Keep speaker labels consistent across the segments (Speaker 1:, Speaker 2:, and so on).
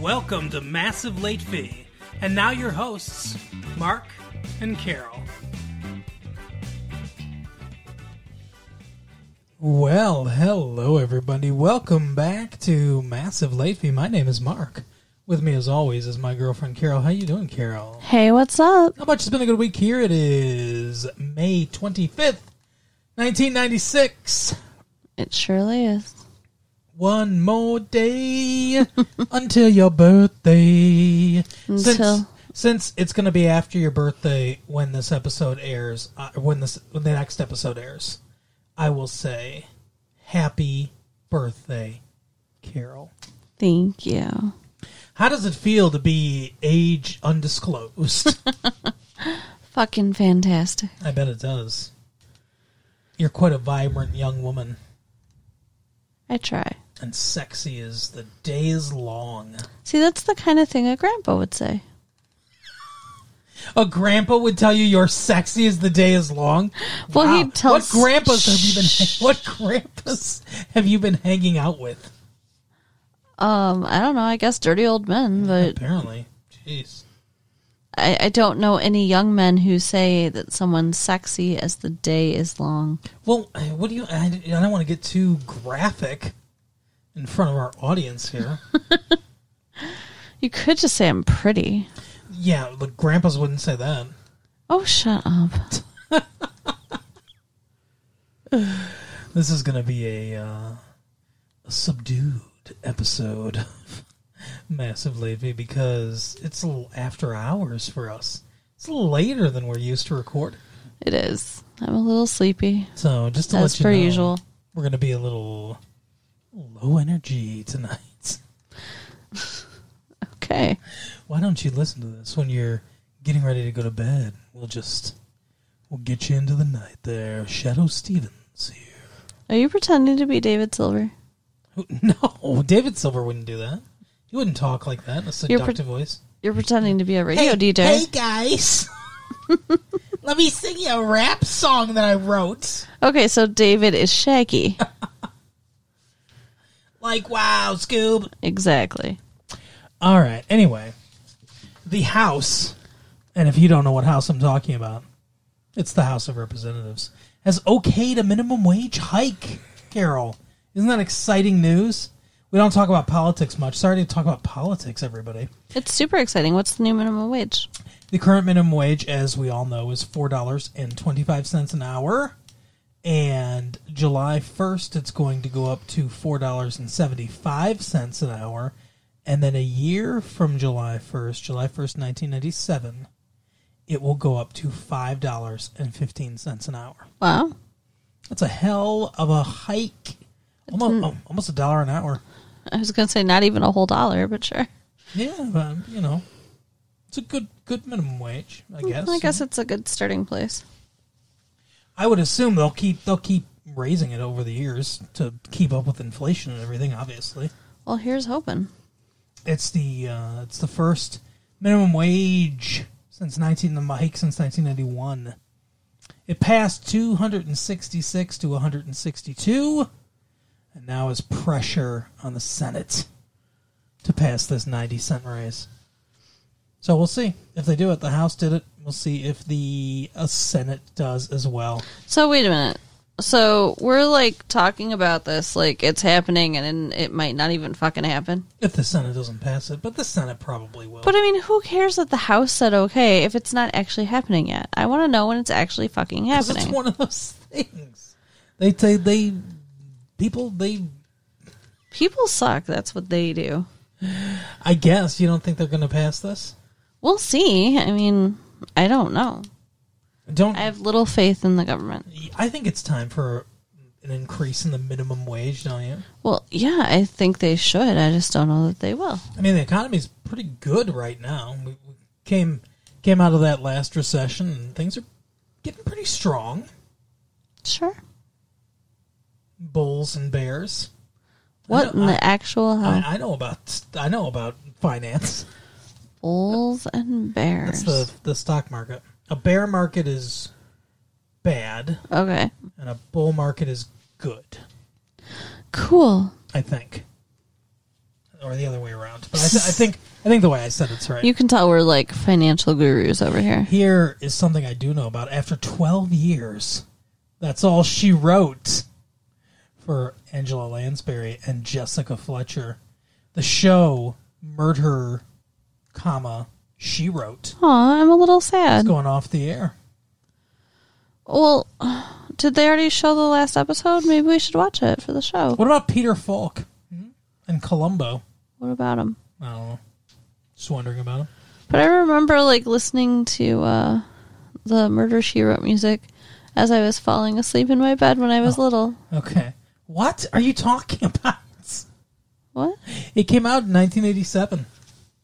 Speaker 1: Welcome to Massive Late Fee. And now your hosts, Mark and Carol. Well, hello everybody. Welcome back to Massive Late Fee. My name is Mark. With me as always is my girlfriend Carol. How you doing, Carol?
Speaker 2: Hey, what's up?
Speaker 1: How much it's been a good week here? It is May 25th, 1996.
Speaker 2: It surely is.
Speaker 1: One more day until your birthday. Since,
Speaker 2: Until-
Speaker 1: since it's going to be after your birthday when this episode airs, uh, when this when the next episode airs, I will say happy birthday, Carol.
Speaker 2: Thank you.
Speaker 1: How does it feel to be age undisclosed?
Speaker 2: Fucking fantastic.
Speaker 1: I bet it does. You're quite a vibrant young woman
Speaker 2: I try.
Speaker 1: and sexy as the day is long.
Speaker 2: See, that's the kind of thing a grandpa would say.
Speaker 1: A grandpa would tell you you're sexy as the day is long.
Speaker 2: Well,
Speaker 1: Wow.
Speaker 2: he'd tell
Speaker 1: what grandpas have
Speaker 2: Shh.
Speaker 1: you been what grandpas have you been hanging out with?
Speaker 2: Um, I don't know. I guess dirty old men, but
Speaker 1: Apparently, jeez,
Speaker 2: I, I don't know any young men who say that someone's sexy as the day is long.
Speaker 1: Well, I- what do you? I, I don't want to get too graphic in front of our audience here.
Speaker 2: You could just say I'm pretty.
Speaker 1: yeah, the grandpas wouldn't say that.
Speaker 2: Oh, shut up.
Speaker 1: This is going to be a, uh, a subdued episode of Massive Levy because it's a little after hours for us. It's a little later than we're used to recording.
Speaker 2: It is. I'm a little sleepy.
Speaker 1: So just to
Speaker 2: As
Speaker 1: let you
Speaker 2: per
Speaker 1: know,
Speaker 2: usual.
Speaker 1: we're going to be a little low energy tonight.
Speaker 2: Okay.
Speaker 1: Why don't you listen to this when you're getting ready to go to bed? We'll just we'll get you into the night there. Shadow Stevens here.
Speaker 2: Are you pretending to be David Silver?
Speaker 1: Who- No, David Silver wouldn't do that. He wouldn't talk like that in a
Speaker 2: You're pre-
Speaker 1: seductive voice.
Speaker 2: You're pretending to be a radio DJ.
Speaker 1: guys. Let me sing you a rap song that I wrote.
Speaker 2: Okay, so David is Shaggy.
Speaker 1: Like, wow, Scoob.
Speaker 2: exactly.
Speaker 1: All right. Anyway, the House, and if you don't know what House I'm talking about, it's the House of Representatives, has okayed a minimum wage hike, Carol. Isn't that exciting news? We don't talk about politics much. Sorry to talk about politics, everybody.
Speaker 2: It's super exciting. What's the new minimum wage?
Speaker 1: The current minimum wage, as we all know, is four dollars and twenty-five cents an hour, and July first, it's going to go up to four dollars and seventy-five cents an hour, and then a year from July first, July first, nineteen ninety-seven, it will go up to five dollars and fifteen cents an hour.
Speaker 2: Wow.
Speaker 1: That's a hell of a hike, almost oh, almost a dollar an hour.
Speaker 2: I was going to say not even a whole dollar, but sure.
Speaker 1: Yeah, but you know, it's a good good minimum wage, I guess.
Speaker 2: I guess it's a good starting place.
Speaker 1: I would assume they'll keep they'll keep raising it over the years to keep up with inflation and everything. Obviously,
Speaker 2: Well, here's hoping.
Speaker 1: it's the uh, it's the first minimum wage since nineteen the hike since nineteen ninety one. It passed two hundred and sixty six to one hundred and sixty two, and now is pressure on the Senate to pass this ninety cent raise. So we'll see if they do it. The House did it. We'll see if the uh, Senate does as well.
Speaker 2: So, wait a minute. So, we're like talking about this like it's happening and it might not even fucking happen.
Speaker 1: If the Senate doesn't pass it, but the Senate probably will.
Speaker 2: But I mean, who cares that the House said okay if it's not actually happening yet? I want to know when it's actually fucking
Speaker 1: 'Cause
Speaker 2: happening.
Speaker 1: it's one of those things. They say they people they.
Speaker 2: People suck. That's what they do.
Speaker 1: I guess you don't think they're going to pass this.
Speaker 2: We'll see. I mean, I don't know.
Speaker 1: Don't
Speaker 2: I have little faith in the government.
Speaker 1: I think it's time for an increase in the minimum wage, don't you?
Speaker 2: Well, yeah, I think they should. I just don't know that they will.
Speaker 1: I mean, the economy's pretty good right now. We, we came came out of that last recession, and things are getting pretty strong.
Speaker 2: Sure.
Speaker 1: Bulls and bears.
Speaker 2: What
Speaker 1: know,
Speaker 2: in the actual hell?
Speaker 1: I, I know about I know about finance.
Speaker 2: Bulls and
Speaker 1: That's
Speaker 2: bears.
Speaker 1: the the stock market. A bear market is bad,
Speaker 2: okay.
Speaker 1: and a bull market is good.
Speaker 2: Cool.
Speaker 1: I think. or the other way around. But I, th- I think I think the way I said it's right.
Speaker 2: You can tell we're like financial gurus over here.
Speaker 1: Here is something I do know about. After 12 years, that's all she wrote for Angela Lansbury and Jessica Fletcher. The show Murder, comma she wrote
Speaker 2: Aw, I'm a little
Speaker 1: is
Speaker 2: sad.
Speaker 1: going off the air.
Speaker 2: Well, did they already show the last episode? Maybe we should watch it for the show.
Speaker 1: What about Peter Falk Hmm? and Columbo?
Speaker 2: What about him?
Speaker 1: I don't know. Oh. Just wondering about him.
Speaker 2: But I remember like listening to uh, the Murder She Wrote music as I was falling asleep in my bed when I
Speaker 1: Oh.
Speaker 2: was little.
Speaker 1: Okay. What are you talking about?
Speaker 2: What?
Speaker 1: It came out in 1987.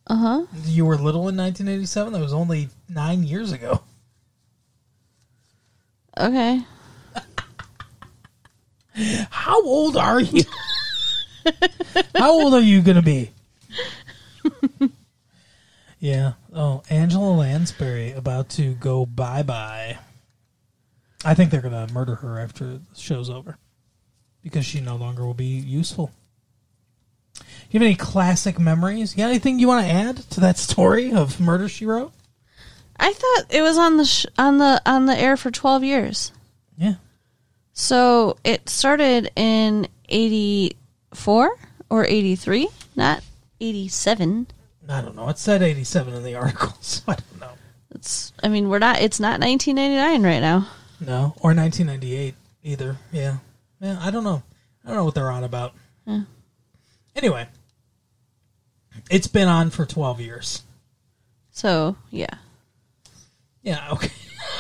Speaker 2: Uh huh.
Speaker 1: You were little in 1987. That was only nine years ago.
Speaker 2: Okay.
Speaker 1: How old are you? How old are you going to be? yeah. Oh, Angela Lansbury about to go bye bye. I think they're going to murder her after the show's over because she no longer will be useful. You have any classic memories? You got anything you want to add to that story of Murder She Wrote?
Speaker 2: I thought it was on the sh- on the on the air for 12 years.
Speaker 1: Yeah.
Speaker 2: So it started in 84 or 83, not 87.
Speaker 1: I don't know. It said 87 in the article, so I don't know.
Speaker 2: It's I mean, we're not it's not 1999 right now.
Speaker 1: No, or 1998 either. Yeah, yeah. I don't know. I don't know what they're on about.
Speaker 2: Yeah.
Speaker 1: Anyway, it's been on for 12 years.
Speaker 2: So, yeah.
Speaker 1: Yeah. Okay.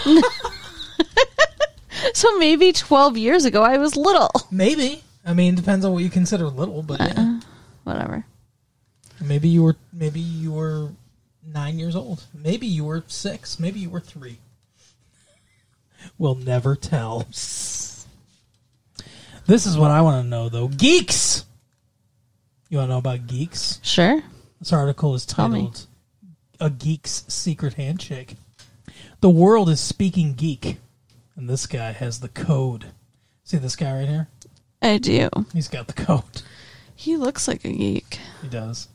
Speaker 2: So maybe 12 years ago I was little.
Speaker 1: Maybe. I mean, depends on what you consider little, but yeah.
Speaker 2: Whatever.
Speaker 1: maybe you were maybe you were nine years old. Maybe you were six. Maybe you were three. We'll never tell. This is what I want to know, though. Geeks. You want to know about geeks?
Speaker 2: Sure.
Speaker 1: This article is
Speaker 2: Tell me.
Speaker 1: titled A Geek's Secret Handshake. The world is speaking geek. And this guy has the code. See this guy right here?
Speaker 2: I do.
Speaker 1: He's got the code.
Speaker 2: He looks like a geek.
Speaker 1: He does.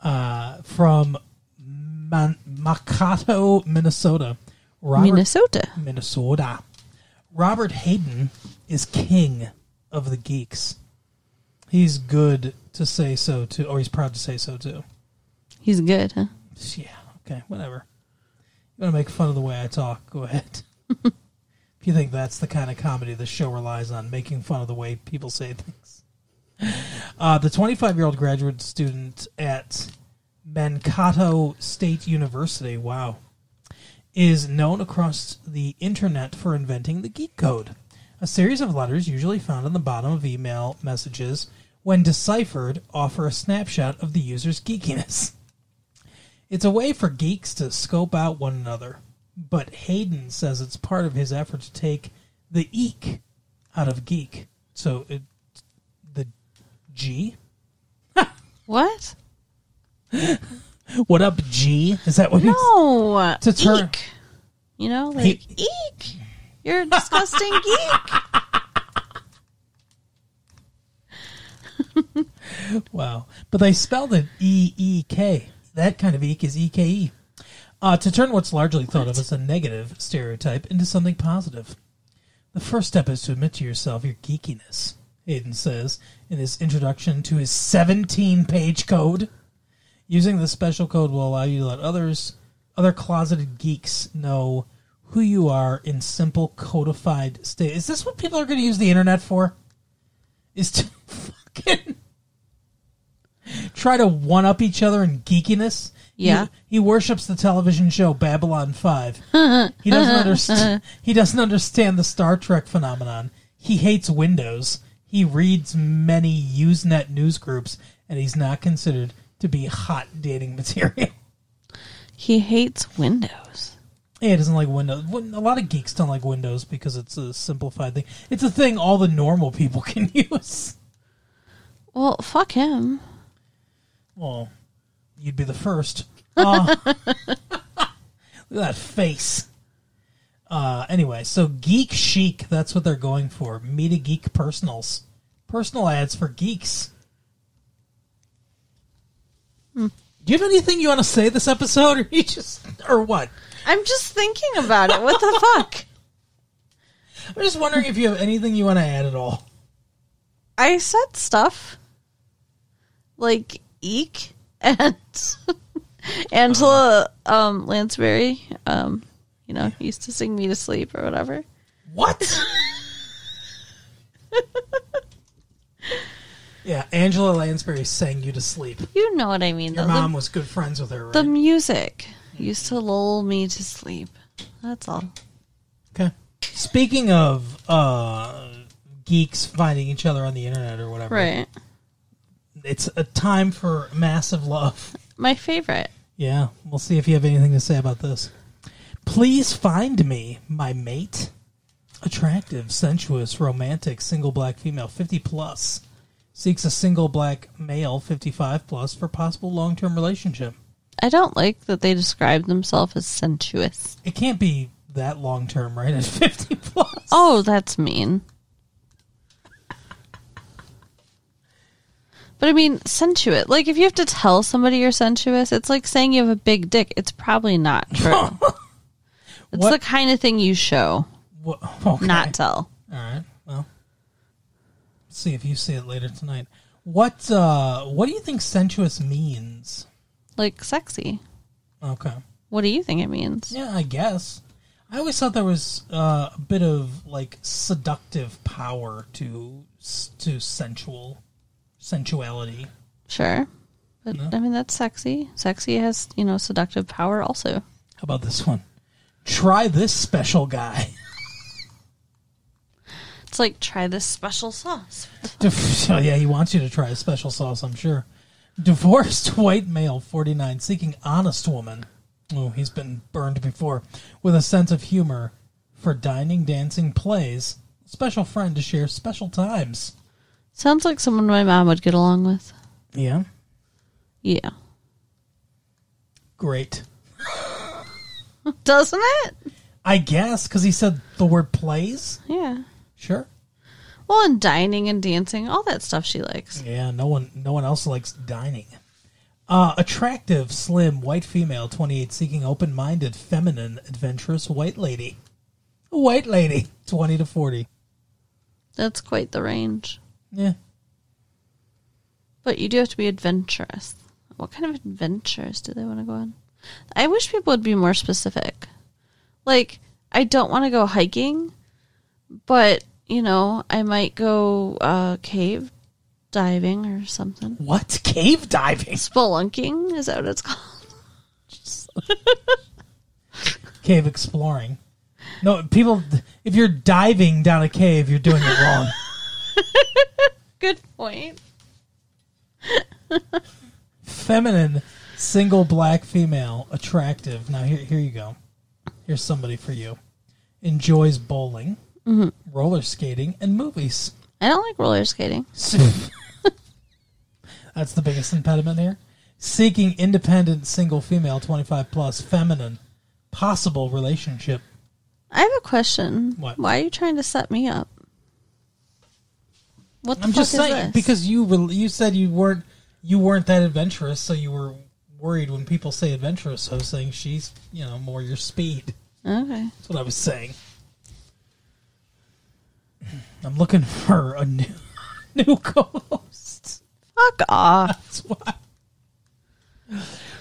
Speaker 1: Uh, from Man- Makato, Minnesota. Robert-
Speaker 2: Minnesota.
Speaker 1: Minnesota. Robert Hayden is king of the geeks. He's good to say so too, or he's proud to say so too.
Speaker 2: He's good, huh?
Speaker 1: Yeah, okay, whatever. You want to make fun of the way I talk? Go ahead. if you think that's the kind of comedy the show relies on, making fun of the way people say things. Uh, the 25 year old graduate student at Mankato State University, wow, is known across the internet for inventing the geek code, a series of letters usually found on the bottom of email messages. When deciphered, offer a snapshot of the user's geekiness. It's a way for geeks to scope out one another, but Hayden says it's part of his effort to take the eek out of geek. So it, the G?
Speaker 2: What?
Speaker 1: What up, G? Is that what he's-
Speaker 2: No.
Speaker 1: It's a turn.
Speaker 2: Eek. You know, like
Speaker 1: He-
Speaker 2: eek. You're a disgusting geek.
Speaker 1: Wow. But they spelled it E E K. That kind of eek is E K E. Uh, to turn what's largely thought of as a negative stereotype into something positive. The first step is to admit to yourself your geekiness, Hayden says in his introduction to his 17 page code. Using this special code will allow you to let others, other closeted geeks, know who you are in simple codified state. Is this what people are going to use the internet for? Is to fucking try to one up each other in geekiness?
Speaker 2: Yeah.
Speaker 1: He, he worships the television show Babylon 5. he doesn't understand he doesn't understand the Star Trek phenomenon. He hates Windows. He reads many Usenet news groups and he's not considered to be hot dating material.
Speaker 2: He hates windows.
Speaker 1: Yeah, he doesn't like Windows. Win- A lot of geeks don't like Windows because it's a simplified thing. It's a thing all the normal people can use.
Speaker 2: Well, fuck him.
Speaker 1: Well, you'd be the first. Uh, look at that face. Uh, anyway, so geek chic, that's what they're going for. Meet a geek personals. Personal ads for geeks. Do you have anything you want to say this episode, or you just, or what?
Speaker 2: I'm just thinking about it. What the fuck?
Speaker 1: I'm just wondering if you have anything you want to add at all.
Speaker 2: I said stuff like eek and Angela um, Lansbury. Um, you know, used to sing me to sleep or whatever.
Speaker 1: What? yeah, Angela Lansbury sang you to sleep.
Speaker 2: You know what I mean.
Speaker 1: Your
Speaker 2: though. The-
Speaker 1: mom was good friends with her, right?
Speaker 2: the music used to lull me to sleep. That's all.
Speaker 1: Okay. Speaking of uh, geeks finding each other on the internet or whatever,
Speaker 2: Right.
Speaker 1: it's a time for massive love.
Speaker 2: My favorite.
Speaker 1: Yeah, we'll see if you have anything to say about this. Please find me, my mate. Attractive, sensuous, romantic, single black female, 50 plus. Seeks a single black male, 55 plus, for possible long term relationship.
Speaker 2: I don't like that they describe themselves as sensuous.
Speaker 1: It can't be that long term, right? At 50 plus.
Speaker 2: Oh, that's mean. But I mean, sensuous. Like, if you have to tell somebody you're sensuous, it's like saying you have a big dick. It's probably not true. it's
Speaker 1: What-
Speaker 2: the kind of thing you show,
Speaker 1: Wha- okay.
Speaker 2: not tell.
Speaker 1: All right. Well, see if you see it later tonight. What uh, What do you think sensuous means?
Speaker 2: Like, sexy.
Speaker 1: Okay.
Speaker 2: What do you think it means?
Speaker 1: Yeah, I guess. I always thought there was uh, a bit of like seductive power to s- to sensual sensuality.
Speaker 2: Sure. But I mean, that's sexy. Sexy has, you know, seductive power also.
Speaker 1: How about this one? Try this special guy.
Speaker 2: It's like, try this special sauce.
Speaker 1: Div- oh, yeah, he wants you to try a special sauce, I'm sure. Divorced white male, 49, seeking honest woman. Oh, he's been burned before. With a sense of humor for dining, dancing, plays. Special friend to share special times.
Speaker 2: Sounds like someone my mom would get along with.
Speaker 1: Yeah.
Speaker 2: Yeah.
Speaker 1: Great.
Speaker 2: Doesn't it?
Speaker 1: I guess, because he said the word plays.
Speaker 2: Yeah.
Speaker 1: Sure.
Speaker 2: Well, and dining and dancing, all that stuff she likes.
Speaker 1: Yeah, no one no one else likes dining. Uh, attractive, slim, white female, 28, seeking open minded, feminine, adventurous white lady. A white lady, 20 to 40.
Speaker 2: That's quite the range.
Speaker 1: Yeah.
Speaker 2: But you do have to be adventurous. What kind of adventures do they want to go on? I wish people would be more specific. Like, I don't want to go hiking, but, you know, I might go uh, cave diving or something.
Speaker 1: What? Cave diving?
Speaker 2: Spelunking, is that what it's called?
Speaker 1: Cave exploring. No, people, if you're diving down a cave, you're doing it wrong.
Speaker 2: Good point.
Speaker 1: feminine, single black female, attractive. Now here, here you go. Here's somebody for you. Enjoys bowling, roller skating, and movies.
Speaker 2: I don't like roller skating.
Speaker 1: That's the biggest impediment here. Seeking independent, single female, 25 plus, feminine, possible relationship.
Speaker 2: I have a question.
Speaker 1: What?
Speaker 2: Why are you trying to set me up? What the
Speaker 1: I'm
Speaker 2: fuck
Speaker 1: just
Speaker 2: is
Speaker 1: saying
Speaker 2: this?
Speaker 1: because you re- you said you weren't you weren't that adventurous, so you were worried when people say adventurous. So I was saying she's you know more your speed.
Speaker 2: okay,
Speaker 1: That's what I was saying. I'm looking for a new new co-host.
Speaker 2: fuck off.
Speaker 1: That's why.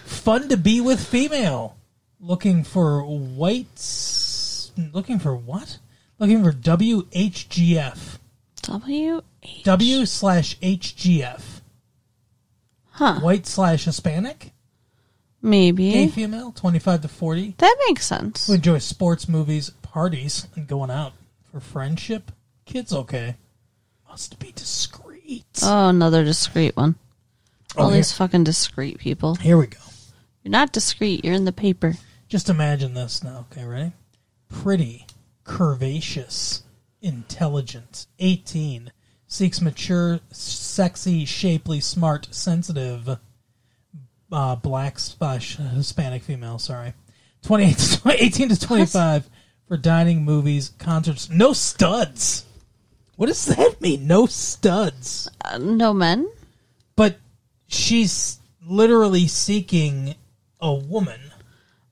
Speaker 1: Fun to be with female. Looking for whites. Looking for what? Looking for WHGF.
Speaker 2: W H.
Speaker 1: W slash HGF.
Speaker 2: Huh?
Speaker 1: White slash Hispanic. Gay
Speaker 2: Maybe
Speaker 1: female, 25 to 40.
Speaker 2: that makes sense.
Speaker 1: Who enjoy sports, movies, parties, and going out. For friendship, kids okay. Must be discreet.
Speaker 2: Oh, another discreet one.
Speaker 1: Oh,
Speaker 2: All
Speaker 1: here,
Speaker 2: these fucking discreet people.
Speaker 1: here we go.
Speaker 2: You're not discreet. You're in the paper.
Speaker 1: Just imagine this now, okay, ready? Pretty, curvaceous, intelligent, 18, seeks mature, sexy, shapely, smart, sensitive, uh, black, slash Hispanic female, sorry. 28 to 20 18 to 25 for dining, movies, concerts. No studs! What does that mean? No studs.
Speaker 2: Uh, no men.
Speaker 1: But she's literally seeking a woman.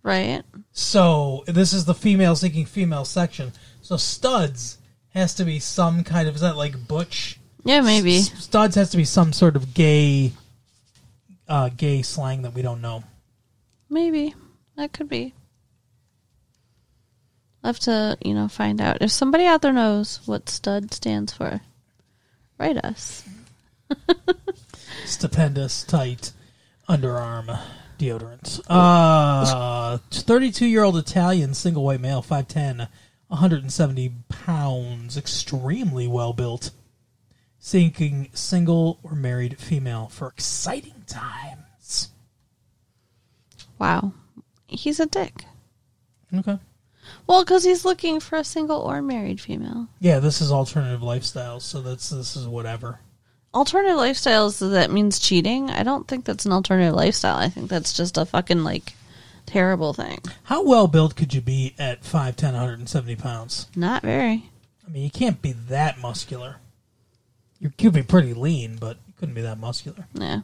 Speaker 2: right?
Speaker 1: So this is the female seeking female section. So studs has to be some kind of is that like butch?
Speaker 2: Yeah, maybe.
Speaker 1: S- studs has to be some sort of gay, uh, gay slang that we don't know.
Speaker 2: Maybe. That could be. I'll have to, you know, find out. If somebody out there knows what stud stands for, write us.
Speaker 1: Stupendous, tight, underarm deodorant. Uh, 32 year old Italian, single white male, 5'10, 170 pounds, extremely well built, seeking single or married female for exciting times.
Speaker 2: Wow. He's a dick.
Speaker 1: Okay.
Speaker 2: Well, because he's looking for a single or married female.
Speaker 1: Yeah, this is alternative lifestyles, so that's this is whatever.
Speaker 2: Alternative lifestyles, that means cheating. I don't think that's an alternative lifestyle. I think that's just a fucking, like, terrible thing.
Speaker 1: How well built could you be at 5'10, 170 pounds?
Speaker 2: Not very.
Speaker 1: I mean, you can't be that muscular. You could be pretty lean, but you couldn't be that muscular.
Speaker 2: Yeah.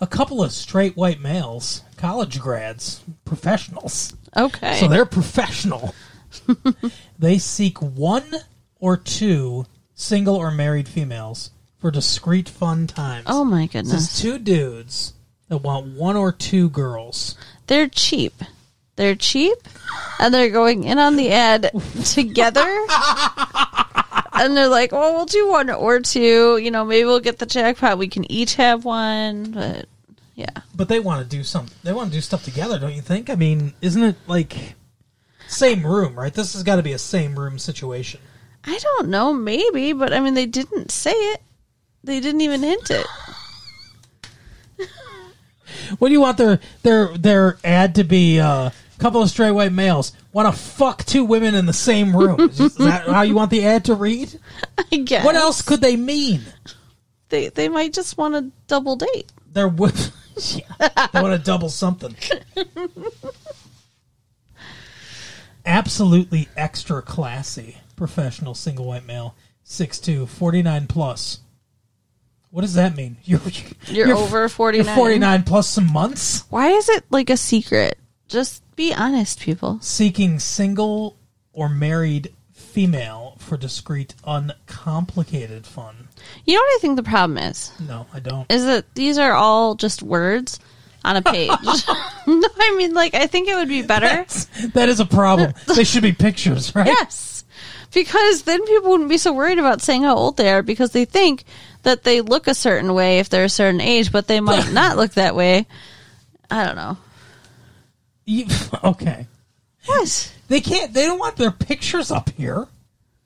Speaker 1: A couple of straight white males, college grads, professionals.
Speaker 2: Okay.
Speaker 1: So they're professional. they seek one or two single or married females for discreet fun times.
Speaker 2: oh, my
Speaker 1: this
Speaker 2: goodness.
Speaker 1: is two dudes that want one or two girls.
Speaker 2: They're cheap. They're cheap, and they're going in on the ad together. and they're like, "Well, we'll do one or two. You know, maybe we'll get the jackpot. We can each have one." But yeah,
Speaker 1: But they want to do something. They want to do stuff together, don't you think? I mean, isn't it like same room, right? This has got to be a same room situation.
Speaker 2: I don't know. Maybe, but I mean, they didn't say it. They didn't even hint it.
Speaker 1: What do you want their their their ad to be? uh, couple of straight white males want to fuck two women in the same room. Is that how you want the ad to read?
Speaker 2: I guess
Speaker 1: What else could they mean?
Speaker 2: They they might just want a double date.
Speaker 1: They're with. Yeah, they want to double something. Absolutely extra classy professional single white male 6'2, 49 plus. What does that mean? You're,
Speaker 2: You're, over forty
Speaker 1: You're
Speaker 2: nine.
Speaker 1: 49 plus some months?
Speaker 2: Why is it like a secret? Just be honest, people.
Speaker 1: seeking single or married female for discreet, uncomplicated fun.
Speaker 2: You know what I think the problem is.
Speaker 1: No, I don't.
Speaker 2: is that these are all just words on a page. no, I mean, like, I think it would be better.
Speaker 1: That is a problem. They should be pictures, right?
Speaker 2: Yes. Because then people wouldn't be so worried about saying how old they are because they think that they look a certain way if they're a certain age, but they might not look that way. I don't know.
Speaker 1: You- okay.
Speaker 2: What?
Speaker 1: They can't. They don't want their pictures up here.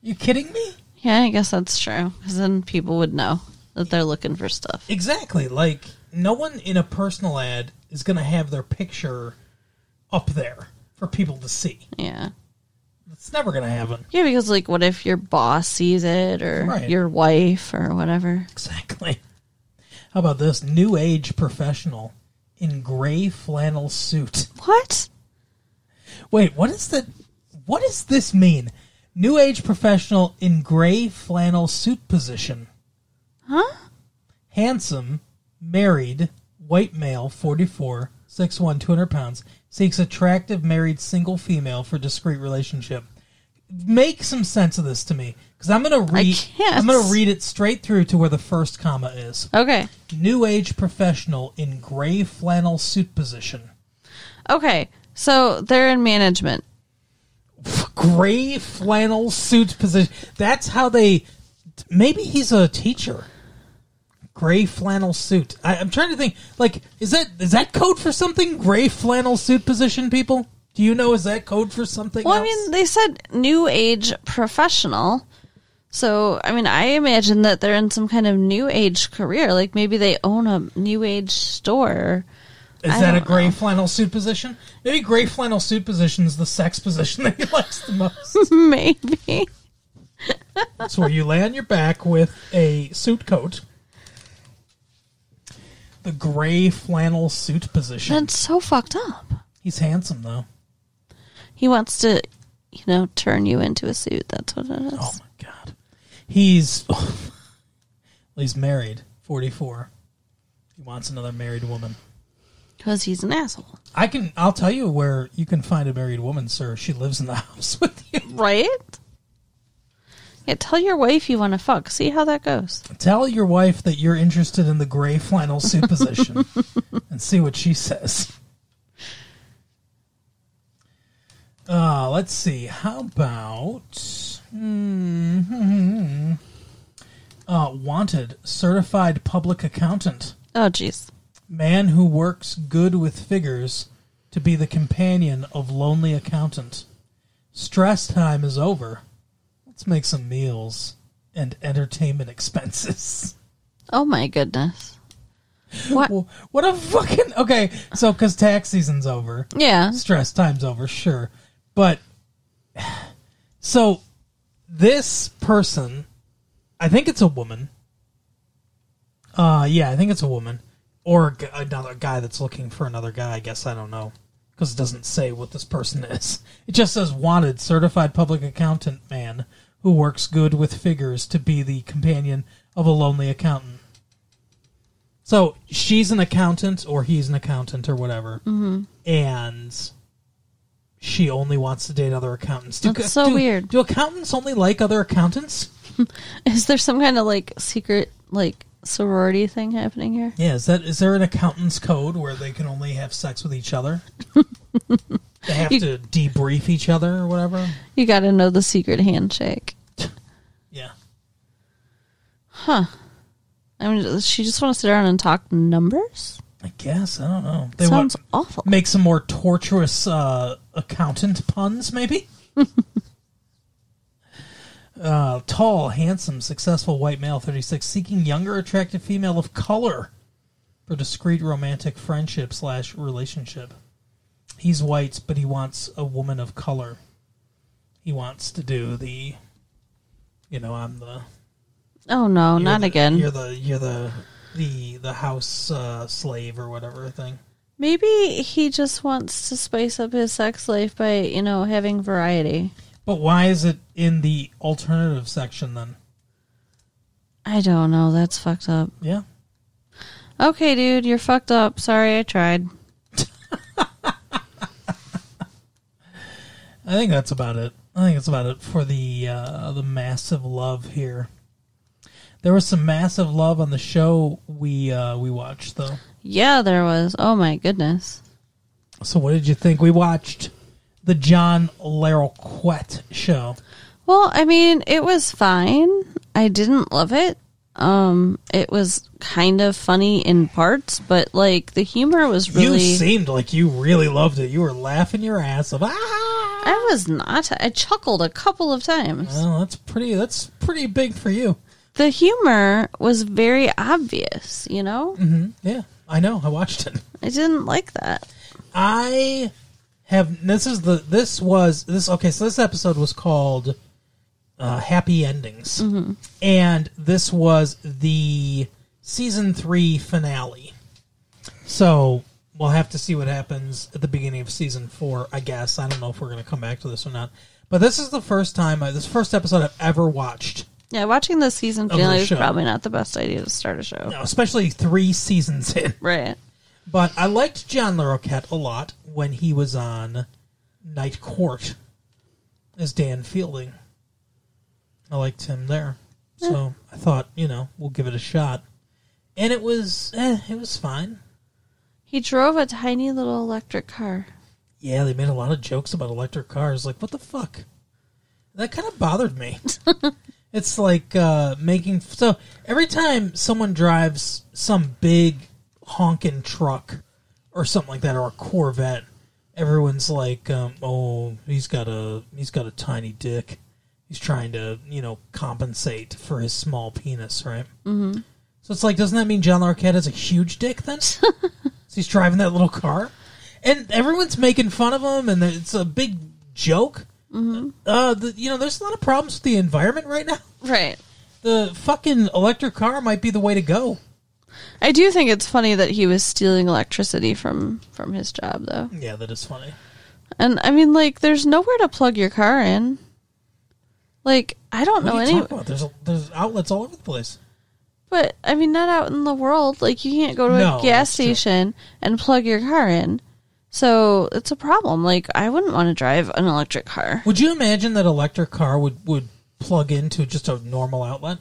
Speaker 1: You kidding me?
Speaker 2: Yeah, I guess that's true. Because then people would know that they're looking for stuff.
Speaker 1: Exactly. Like no one in a personal ad is going to have their picture up there for people to see.
Speaker 2: Yeah.
Speaker 1: It's never going to happen.
Speaker 2: Yeah, because, like, what if your boss sees it or
Speaker 1: Right.
Speaker 2: your wife or whatever?
Speaker 1: Exactly. How about this new age professional in gray flannel suit?
Speaker 2: What?
Speaker 1: Wait, what is the what does this mean? New age professional in gray flannel suit position.
Speaker 2: Huh?
Speaker 1: Handsome, married, white male, 44, 6'1, 200 pounds, seeks attractive married single female for discreet relationship. Make some sense of this to me cuz I'm going to read
Speaker 2: can't.
Speaker 1: I'm going to read it straight through to where the first comma is.
Speaker 2: Okay.
Speaker 1: New age professional in gray flannel suit position.
Speaker 2: Okay, so they're in management.
Speaker 1: gray flannel suit position. That's how they. Maybe he's a teacher. Gray flannel suit. I, I'm trying to think. Like, is that is that code for something? Gray flannel suit position. People, do you know? Is that code for something?
Speaker 2: Well, I
Speaker 1: else?
Speaker 2: mean, they said new age professional. So, I mean, I imagine that they're in some kind of new age career. Like maybe they own a new age store.
Speaker 1: is
Speaker 2: I
Speaker 1: that a
Speaker 2: don't
Speaker 1: gray flannel suit position? Maybe gray flannel suit position is the sex position that he likes the most.
Speaker 2: maybe.
Speaker 1: It's where you lay on your back with a suit coat. The gray flannel suit position.
Speaker 2: That's so fucked up.
Speaker 1: He's handsome though.
Speaker 2: He wants to, you know, turn you into a suit. That's what it is.
Speaker 1: Oh my god. He's he's married, 44. He wants another married woman.
Speaker 2: because he's an asshole,
Speaker 1: I can. I'll tell you where you can find a married woman, sir. She lives in the house with you.
Speaker 2: right? Yeah, tell your wife you want to fuck. See how that goes.
Speaker 1: Tell your wife that you're interested in the gray flannel suit position, and see what she says. Uh, let's see. How about hmm, uh, wanted certified public accountant?
Speaker 2: Oh, jeez.
Speaker 1: Man who works good with figures to be the companion of lonely accountant. Stress time is over. Let's make some meals and entertainment expenses.
Speaker 2: Oh my goodness. What?
Speaker 1: Well, what a fucking okay. So, because tax season's over,
Speaker 2: Yeah.
Speaker 1: stress time's over, sure, but so this person, I think it's a woman. Uh, yeah, I think it's a woman or a g- another guy that's looking for another guy. I guess I don't know because it doesn't say what this person is. It just says wanted certified public accountant man who works good with figures to be the companion of a lonely accountant. So she's an accountant, or he's an accountant, or whatever, mm-hmm. and she only wants to date other accountants. Do,
Speaker 2: That's so
Speaker 1: do-
Speaker 2: weird.
Speaker 1: Do accountants only like other accountants?
Speaker 2: Is there some kind of like secret like sorority thing happening here?
Speaker 1: Yeah, is that is there an accountants code where they can only have sex with each other? they have to debrief each other or whatever.
Speaker 2: You got to know the secret handshake.
Speaker 1: Yeah.
Speaker 2: I mean, she just want to sit around and talk numbers.
Speaker 1: I guess I don't know. They
Speaker 2: Sounds
Speaker 1: want
Speaker 2: awful.
Speaker 1: make some more torturous uh, accountant puns, maybe. uh, tall, handsome, successful white male, thirty six, seeking younger, attractive female of color for discreet romantic friendship slash relationship. He's white, but he wants a woman of color. He wants to do the, you know, I'm the
Speaker 2: Oh no,
Speaker 1: you're
Speaker 2: not
Speaker 1: the- You're
Speaker 2: again.
Speaker 1: the you're the the the house uh, slave or whatever thing.
Speaker 2: Maybe he just wants to spice up his sex life by, you know, having variety.
Speaker 1: But why is it in the alternative section then?
Speaker 2: I don't know. That's fucked up.
Speaker 1: Yeah.
Speaker 2: Okay, dude, you're fucked up. Sorry, I tried.
Speaker 1: I think that's about it. I think that's about it for the uh, the massive love here. There was some massive love on the show we uh, we watched though.
Speaker 2: Yeah, there was. Oh my goodness.
Speaker 1: So what did you think? We watched the John Larroquette show.
Speaker 2: Well, I mean, it was fine. I didn't love it. Um, it was kind of funny in parts, but like the humor was really.
Speaker 1: You seemed like you really loved it. You were laughing your ass off. Ah!
Speaker 2: I was not. I chuckled a couple of times.
Speaker 1: Well, that's pretty. That's pretty big for you.
Speaker 2: The humor was very obvious, you know?
Speaker 1: hmm Yeah, I know. I watched it.
Speaker 2: I didn't like that.
Speaker 1: I have this is the this was this okay so this episode was called uh, happy endings and this was the season 3 finale so we'll have to see what happens at the beginning of season 4 i guess i don't know if we're going to come back to this or not but this is the first time I, this first episode i've ever watched
Speaker 2: Yeah, watching the season
Speaker 1: the
Speaker 2: finale was
Speaker 1: show.
Speaker 2: probably not the best idea to start a show.
Speaker 1: Now, especially three seasons in
Speaker 2: Right.
Speaker 1: But I liked John Larroquette a lot when he was on Night Court as Dan Fielding. I liked him there. So I thought, you know, we'll give it a shot. And it was, eh, it was fine.
Speaker 2: He drove a tiny little electric car.
Speaker 1: Yeah, they made a lot of jokes about electric cars. Like, what the fuck? That kind of bothered me. it's like uh, making. So every time someone drives some big honking truck or something like that, or a Corvette, everyone's like, um, "Oh, he's got a he's got a tiny dick. He's trying to you know compensate for his small penis, right?" Mm-hmm. So it's like, doesn't that mean John Larroquette has a huge dick then? So he's driving that little car, and everyone's making fun of him, and it's a big joke. Uh, the, you know, there's a lot of problems with the environment right now.
Speaker 2: Right.
Speaker 1: The fucking electric car might be the way to go.
Speaker 2: I do think it's funny that he was stealing electricity from from his job though.
Speaker 1: Yeah, that is funny.
Speaker 2: And I mean like there's nowhere to plug your car in. Like I don't
Speaker 1: What
Speaker 2: know
Speaker 1: are you
Speaker 2: any
Speaker 1: talking about? There's there's outlets all over the place.
Speaker 2: But I mean, not out in the world. Like you can't go to
Speaker 1: No,
Speaker 2: a gas
Speaker 1: that's true.
Speaker 2: station and plug your car in. So it's a problem. Like I wouldn't want to drive an electric car.
Speaker 1: Would you imagine that electric car would would plug into just a normal outlet?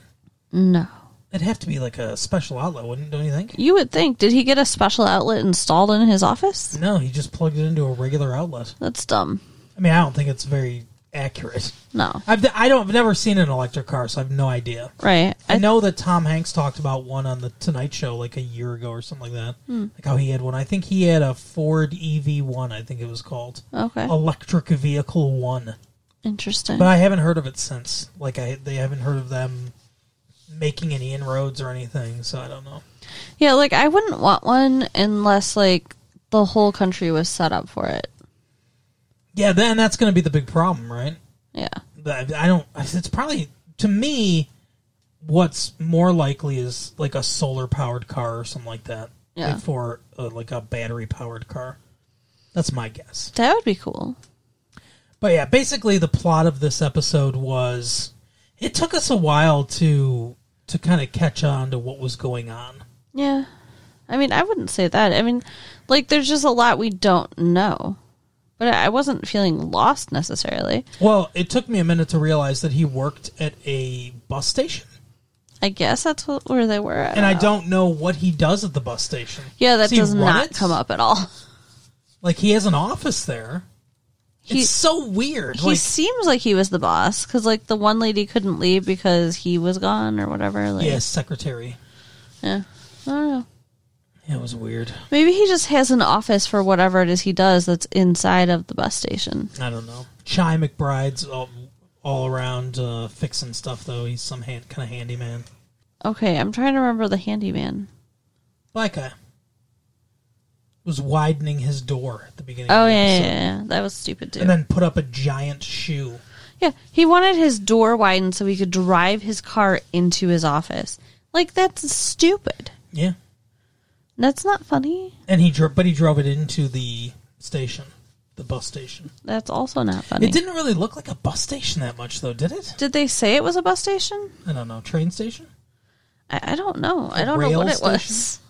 Speaker 2: No.
Speaker 1: It'd have to be like a special outlet, wouldn't it? Don't you think?
Speaker 2: You would think. Did he get a special outlet installed in his office?
Speaker 1: No, he just plugged it into a regular outlet.
Speaker 2: That's dumb.
Speaker 1: I mean, I don't think it's very accurate.
Speaker 2: No.
Speaker 1: I've I don't I've never seen an electric car, so I've no idea.
Speaker 2: Right.
Speaker 1: I
Speaker 2: I,
Speaker 1: know that Tom Hanks talked about one on the Tonight Show like a year ago or something like that. Like how he had one. I think he had a Ford EV1, I think it was called.
Speaker 2: okay.
Speaker 1: Electric Vehicle 1.
Speaker 2: Interesting.
Speaker 1: Oh, But I haven't heard of it since. Like I they haven't heard of them making any inroads or anything, so I don't know.
Speaker 2: Yeah, like I wouldn't want one unless like the whole country was set up for it.
Speaker 1: Yeah, then that's going to be the big problem, right?
Speaker 2: Yeah.
Speaker 1: But I I don't it's probably to me what's more likely is like a solar powered car or something like that.
Speaker 2: Yeah.
Speaker 1: Like for uh, like a battery powered car. That's my guess.
Speaker 2: That would be cool.
Speaker 1: But yeah, basically the plot of this episode was it took us a while to to kind of catch on to what was going on.
Speaker 2: Yeah. I mean, I wouldn't say that. I mean, like there's just a lot we don't know. But I I wasn't feeling lost necessarily.
Speaker 1: Well, it took me a minute to realize that he worked at a bus station.
Speaker 2: I guess that's what, where they were at.
Speaker 1: And I don't know what he does at the bus station.
Speaker 2: Yeah, that
Speaker 1: he
Speaker 2: does
Speaker 1: run
Speaker 2: not
Speaker 1: it?
Speaker 2: come up at all.
Speaker 1: Like he has an office there.
Speaker 2: He-
Speaker 1: it's so weird.
Speaker 2: He
Speaker 1: like
Speaker 2: seems like he was the boss cuz like the one lady couldn't leave because he was gone or whatever like.
Speaker 1: yeah, secretary.
Speaker 2: Yeah. I don't know.
Speaker 1: Yeah, It was weird.
Speaker 2: Maybe he just has an office for whatever it is he does that's inside of the bus station.
Speaker 1: I don't know. Chai McBride's all, all around uh, fixing stuff though. He's some hand, kind of handyman.
Speaker 2: Okay, I'm trying to remember the handyman.
Speaker 1: Black guy uh, was widening his door at the beginning.
Speaker 2: Oh
Speaker 1: of the
Speaker 2: yeah, yeah,
Speaker 1: episode,
Speaker 2: yeah, yeah. that was stupid too.
Speaker 1: and then put up a giant shoe.
Speaker 2: yeah, he wanted his door widened so he could drive his car into his office. Like that's stupid.
Speaker 1: Yeah,
Speaker 2: That's not funny.
Speaker 1: and he drove, but he drove it into the station, the bus station.
Speaker 2: That's also not funny.
Speaker 1: It didn't really look like a bus station that much, though, did it?
Speaker 2: Did they say it was a bus station?
Speaker 1: I don't know. Train station?
Speaker 2: I, I don't know. I
Speaker 1: A
Speaker 2: I don't know
Speaker 1: rail
Speaker 2: what it
Speaker 1: station?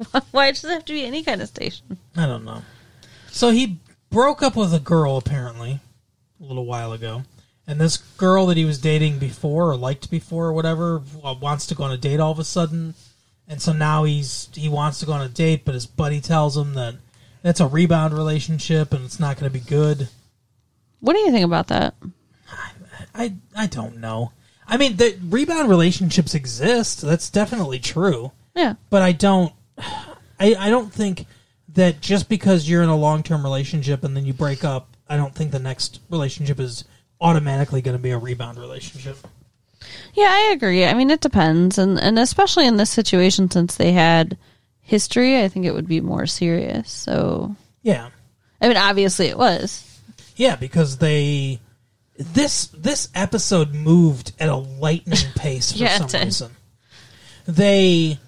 Speaker 2: was. Why does it have to be any kind of station?
Speaker 1: I don't know. So he broke up with a girl apparently a little while ago, and this girl that he was dating before or liked before or whatever wa- wants to go on a date all of a sudden, and so now he's he wants to go on a date, but his buddy tells him that that's a rebound relationship and it's not going to be good.
Speaker 2: What do you think about that?
Speaker 1: I I don't know. I mean, the rebound relationships exist. That's definitely true.
Speaker 2: Yeah.
Speaker 1: but I don't. I, I don't think that just because you're in a long term relationship and then you break up, I don't think the next relationship is automatically going to be a rebound relationship.
Speaker 2: Yeah, I agree. I mean, it depends, and and especially in this situation, since they had history, I think it would be more serious. So,
Speaker 1: Yeah,
Speaker 2: I mean, obviously, it was.
Speaker 1: yeah, because they this this episode moved at a lightning pace for
Speaker 2: Yeah, it
Speaker 1: some
Speaker 2: did.
Speaker 1: reason. They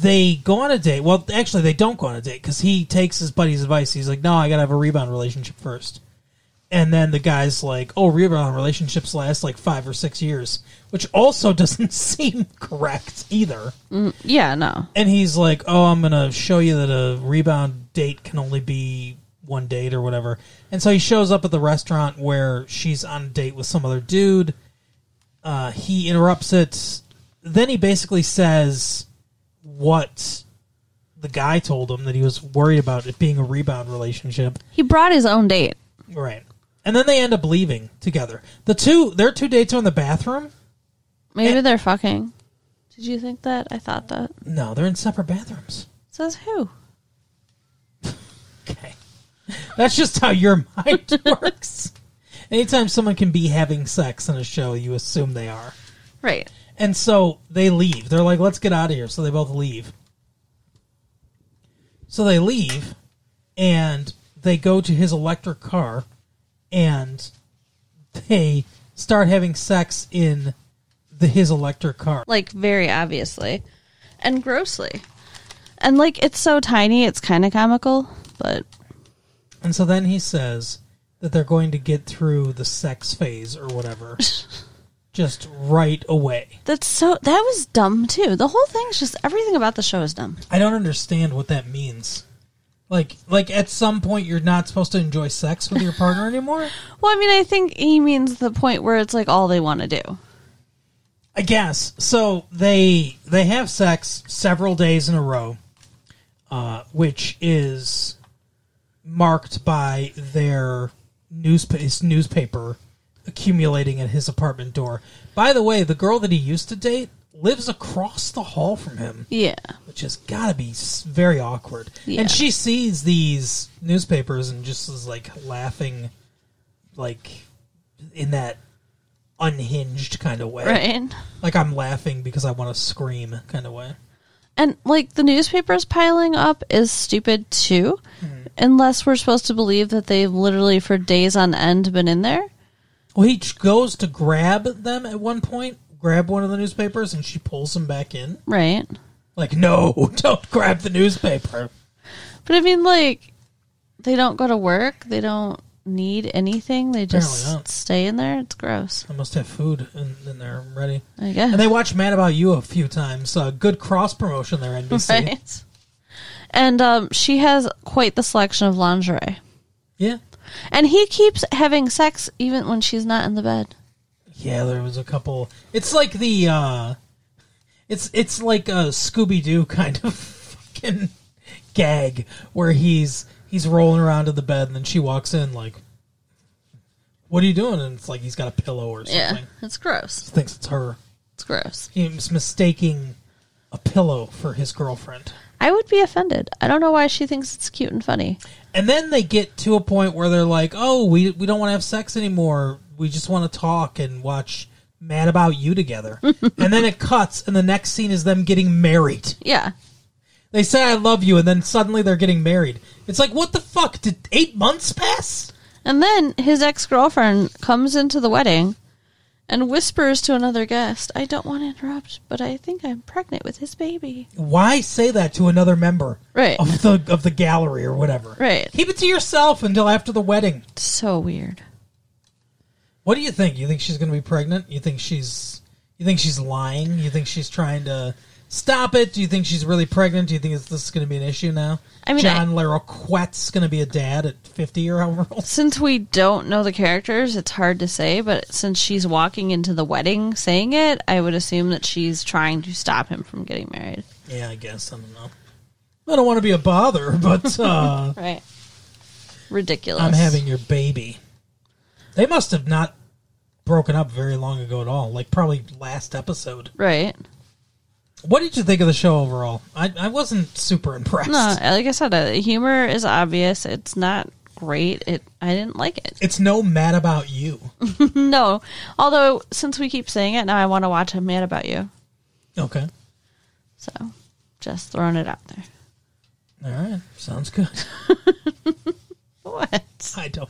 Speaker 1: they go on a date. Well, actually, they don't go on a date because he takes his buddy's advice. He's like, "No, I gotta have a rebound relationship first. and then the guy's like, "Oh, rebound relationships last like five or six years," which also doesn't seem correct either.
Speaker 2: Yeah, no,
Speaker 1: And he's like, "Oh, I'm gonna show you that a rebound date can only be one date or whatever." And so he shows up at the restaurant where she's on a date with some other dude. Uh, he interrupts it. Then he basically says what the guy told him that he was worried about it being a rebound relationship.
Speaker 2: he brought his own date.
Speaker 1: Right. And then they end up leaving together. The two their two dates are in the bathroom.
Speaker 2: Maybe they're fucking. Did you think that? I thought that.
Speaker 1: No, they're in separate bathrooms.
Speaker 2: Says who?
Speaker 1: Okay. That's just how your mind works. Anytime someone can be having sex in a show, you assume they are.
Speaker 2: Right.
Speaker 1: And so they leave. They're like, let's get out of here. So they both leave. So they leave and they go to his electric car and they start having sex in the his electric car.
Speaker 2: Like very obviously, and grossly, and like it's so tiny, it's kind of comical, but
Speaker 1: And so then he says that they're going to get through the sex phase or whatever just right away.
Speaker 2: That's so. That was dumb too. The whole thing's just everything about the show is dumb.
Speaker 1: I don't understand what that means. Like, like at some point, you're not supposed to enjoy sex with your partner anymore.
Speaker 2: Well, I mean, I think he means the point where it's like all they want to do.
Speaker 1: I guess so. They they have sex several days in a row, uh, which is marked by their newspa- his newspaper accumulating at his apartment door. By the way, the girl that he used to date lives across the hall from him
Speaker 2: Yeah.
Speaker 1: which has got to be s- very awkward.
Speaker 2: Yeah.
Speaker 1: And she sees these newspapers and just is like laughing, like in that unhinged kind of way.
Speaker 2: Right.
Speaker 1: Like I'm laughing because I want to scream kind of way.
Speaker 2: And like the newspapers piling up is stupid too,
Speaker 1: Mm-hmm.
Speaker 2: unless we're supposed to believe that they've literally for days on end been in there.
Speaker 1: Well, he ch- goes to grab them at one point, grab one of the newspapers, and she pulls him back in.
Speaker 2: Right.
Speaker 1: Like, no, don't grab the newspaper.
Speaker 2: But I mean, like, they don't go to work. They don't need anything. They
Speaker 1: Apparently not.
Speaker 2: just stay in there. It's gross.
Speaker 1: I must have food in, in there ready.
Speaker 2: I guess.
Speaker 1: And they watch Mad About You a few times. Uh, good cross promotion there, NBC.
Speaker 2: right. And um, she has quite the selection of lingerie.
Speaker 1: Yeah.
Speaker 2: And he keeps having sex even when she's not in the bed.
Speaker 1: Yeah, there was a couple. It's like the uh it's it's like a Scooby Doo kind of fucking gag where he's he's rolling around to the bed and then she walks in like what are you doing? And it's like he's got a pillow or something.
Speaker 2: Yeah. It's gross.
Speaker 1: Thinks it's her.
Speaker 2: It's gross.
Speaker 1: He's mistaking a pillow for his girlfriend.
Speaker 2: I would be offended. I don't know why she thinks it's cute and funny.
Speaker 1: And then they get to a point where they're like, "Oh, we we don't want to have sex anymore. We just want to talk and watch Mad About You together." and then it cuts, and the next scene is them getting married.
Speaker 2: Yeah.
Speaker 1: They say, "I love you," and then suddenly they're getting married. It's like, what the fuck? Did eight months pass?
Speaker 2: And then his ex girlfriend comes into the wedding and whispers to another guest, I don't want to interrupt, but I think I'm pregnant with his baby.
Speaker 1: Why say that to another member
Speaker 2: Right.
Speaker 1: of the of the gallery or whatever?
Speaker 2: Right.
Speaker 1: Keep it to yourself until after the wedding.
Speaker 2: It's so weird.
Speaker 1: What do you think? You think she's going to be pregnant? You think she's you think she's lying? You think she's trying to stop it? Do you think she's really pregnant? Do you think it's, this is going to be an issue now?
Speaker 2: I mean,
Speaker 1: John Larroquette's going to be a dad at fifty or however old.
Speaker 2: Since we don't know the characters, it's hard to say, but since she's walking into the wedding saying it, I would assume that she's trying to stop him from getting married.
Speaker 1: Yeah, I guess I don't know. I don't want to be a bother, but uh,
Speaker 2: Right. Ridiculous.
Speaker 1: I'm having your baby. They must have not broken up very long ago at all. Like probably last episode.
Speaker 2: Right.
Speaker 1: What did you think of the show overall? I, I wasn't super impressed.
Speaker 2: No, like I said, uh, the humor is obvious. It's not great. It I didn't like it.
Speaker 1: It's no mad about you.
Speaker 2: No. Although since we keep saying it, now I want to watch I'm Mad About You. Mm.
Speaker 1: Okay.
Speaker 2: So just throwing it out there.
Speaker 1: All right, sounds good.
Speaker 2: What?
Speaker 1: I don't.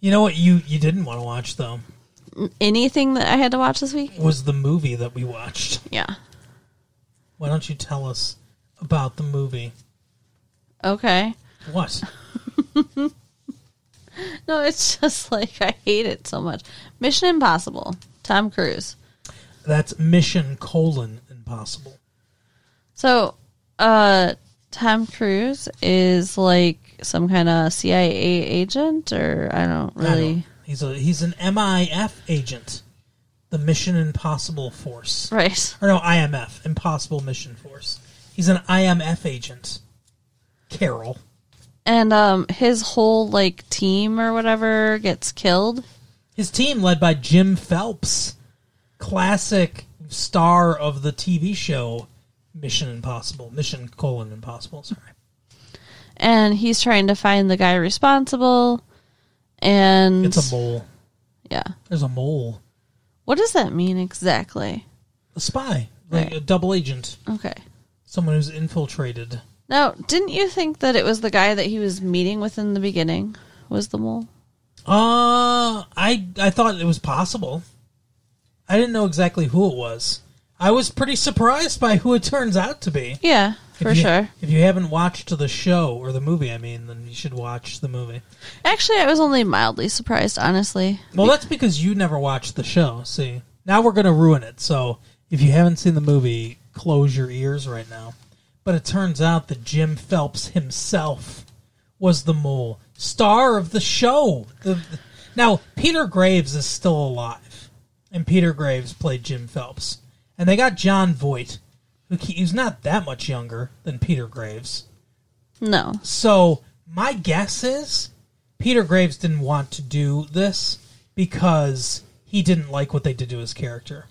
Speaker 1: You know what you you didn't want to watch though
Speaker 2: Anything that I had to watch this week?
Speaker 1: was the movie that we watched.
Speaker 2: Yeah.
Speaker 1: Why don't you tell us about the movie?
Speaker 2: Okay.
Speaker 1: What?
Speaker 2: No, it's just like I hate it so much. Mission Impossible. Tom Cruise.
Speaker 1: That's Mission Colon Impossible.
Speaker 2: So, uh Tom Cruise is like some kind of CIA agent or I don't
Speaker 1: I don't-
Speaker 2: really
Speaker 1: He's a he's an MIF agent, the Mission Impossible Force,
Speaker 2: Right.
Speaker 1: or no IMF Impossible Mission Force. He's an IMF agent. Carol.
Speaker 2: and um his whole like team or whatever gets killed
Speaker 1: His team, led by Jim Phelps, classic star of the TV show Mission Impossible, Mission colon Impossible. Sorry,
Speaker 2: and he's trying to find the guy responsible and
Speaker 1: it's a mole.
Speaker 2: yeah
Speaker 1: There's a mole,
Speaker 2: what does that mean exactly
Speaker 1: a spy, like
Speaker 2: Right.
Speaker 1: a double agent,
Speaker 2: okay
Speaker 1: someone who's infiltrated.
Speaker 2: now didn't you think that it was the guy that he was meeting with in the beginning was the mole
Speaker 1: Uh, I I thought it was possible. I didn't know exactly who it was. I was pretty surprised by who it turns out to be.
Speaker 2: Yeah,
Speaker 1: If
Speaker 2: for
Speaker 1: you-
Speaker 2: sure.
Speaker 1: If you haven't watched the show or the movie, I mean, then you should watch the movie.
Speaker 2: Actually, I was only mildly surprised, honestly.
Speaker 1: Well, that's because you never watched the show. See, now we're going to ruin it. So if you haven't seen the movie, close your ears right now. But it turns out that Jim Phelps himself was the mole, star of the show. The, the- now Peter Graves is still alive, and Peter Graves played Jim Phelps, and they got John Voight, who ke- he's not that much younger than Peter Graves.
Speaker 2: No.
Speaker 1: So my guess is Peter Graves didn't want to do this because he didn't like what they did to his character.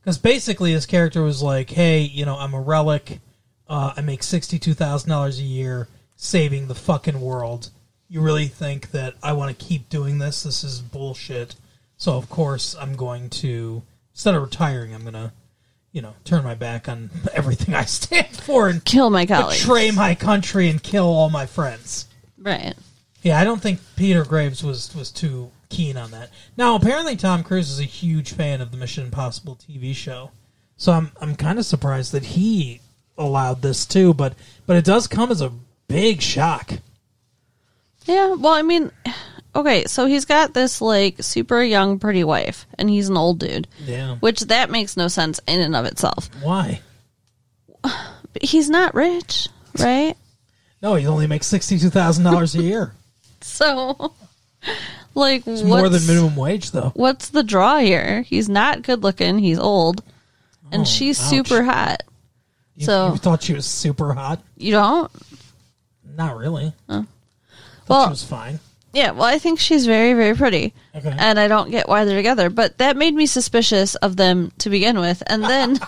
Speaker 1: Because basically his character was like, "Hey, you know, I'm a relic. Uh, I make sixty-two thousand dollars a year, saving the fucking world. You really think that I want to keep doing this? This is bullshit. So of course I'm going to instead of retiring, I'm gonna, you know, turn my back on everything I stand for and
Speaker 2: Kill my colleagues.
Speaker 1: betray my country and kill all my friends.
Speaker 2: Right.
Speaker 1: Yeah, I don't think Peter Graves was was too keen on that. Now, apparently, Tom Cruise is a huge fan of the Mission Impossible TV show, so I'm I'm kind of surprised that he allowed this too. But but it does come as a big shock.
Speaker 2: Yeah, well, I mean, okay, so he's got this like super young, pretty wife, and he's an old dude,
Speaker 1: Yeah.
Speaker 2: which that makes no sense in and of itself.
Speaker 1: Why?
Speaker 2: But he's not rich, right?
Speaker 1: No, he only makes sixty two thousand dollars a year.
Speaker 2: So, like,
Speaker 1: It's
Speaker 2: what's,
Speaker 1: more than minimum wage, though.
Speaker 2: what's the draw here? He's not good looking, he's old, and
Speaker 1: Oh,
Speaker 2: she's
Speaker 1: ouch.
Speaker 2: super hot.
Speaker 1: You,
Speaker 2: So-
Speaker 1: you thought she was super hot?
Speaker 2: You don't?
Speaker 1: Not really. Thought
Speaker 2: Well-
Speaker 1: she was fine.
Speaker 2: Yeah, well, I think she's very, very pretty.
Speaker 1: Okay.
Speaker 2: And I don't get why they're together, but that made me suspicious of them to begin with. And then